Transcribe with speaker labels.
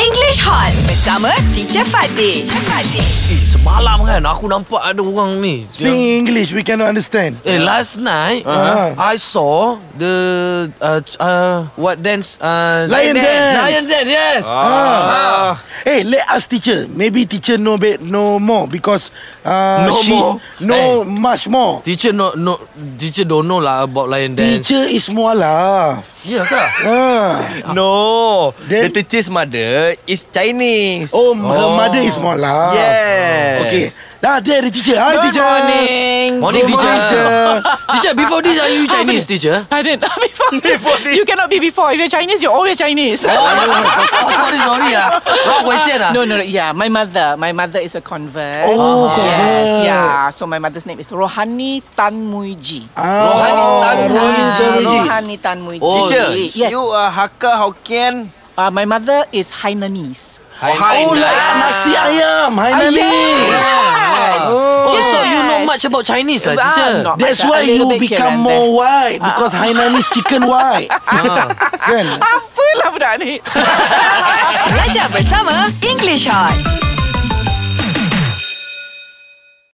Speaker 1: English Hot bersama Teacher Fatih. Teacher Fatih.
Speaker 2: Eh, semalam kan aku nampak ada orang ni. Yang,
Speaker 3: Speaking English, we cannot understand.
Speaker 2: eh, last night
Speaker 3: Uh-huh.
Speaker 2: I saw the uh, uh, what dance? Uh,
Speaker 3: Lion dance.
Speaker 2: Lion dance. Yes.
Speaker 3: Ah. Hey, let us teacher. Maybe teacher know bit no more because uh,
Speaker 2: No
Speaker 3: she
Speaker 2: more?
Speaker 3: know much more.
Speaker 2: Teacher no no teacher don't know lah about lion dance.
Speaker 3: Teacher is mualaf.
Speaker 2: Yeah ke?
Speaker 3: Ah.
Speaker 4: No
Speaker 3: Then-
Speaker 4: The teacher's mother Is Chinese
Speaker 3: Oh, her mother is mualaf.
Speaker 4: Yes
Speaker 3: Okay. Lah, there the teacher. Hi,
Speaker 5: Good
Speaker 3: teacher.
Speaker 5: morning.
Speaker 2: Morning
Speaker 3: Good
Speaker 2: teacher.
Speaker 3: morning, teacher.
Speaker 2: teacher before this are you Chinese teacher?
Speaker 5: I didn't. before,
Speaker 4: Before this.
Speaker 5: You cannot be before. If you're Chinese, you're always Chinese.
Speaker 2: Oh, oh sorry sorry lah. Wrong question lah.
Speaker 5: No, no, no. Yeah, my mother. My mother is a convert.
Speaker 3: Oh, convert.
Speaker 5: Yes, yeah. So my mother's name is Rohani Tan Muiji.
Speaker 3: Ah,
Speaker 2: Rohani Tan
Speaker 3: Rohani
Speaker 2: Muji.
Speaker 3: Tan Muji.
Speaker 5: Rohani Tan Muiji.
Speaker 2: Oh,
Speaker 4: Teacher
Speaker 5: Yes.
Speaker 4: You are Hakka Hokkien
Speaker 5: Uh, my mother is Hainanese.
Speaker 2: Hi,
Speaker 3: Oh, like nasi ayam. Hai,
Speaker 2: Ah,
Speaker 3: Nani.
Speaker 5: Ah, Yes.
Speaker 2: Oh,
Speaker 5: Yes.
Speaker 2: so you know much about Chinese lah,
Speaker 5: Ah,
Speaker 2: teacher.
Speaker 5: not much,
Speaker 3: That's
Speaker 5: ah, a
Speaker 3: why
Speaker 5: little
Speaker 3: you
Speaker 5: bit here
Speaker 3: become
Speaker 5: and Ah.
Speaker 3: more white because Hainanese chicken white. Kan?
Speaker 5: there. Apalah lah budak ni.
Speaker 1: Belajar bersama English Hot.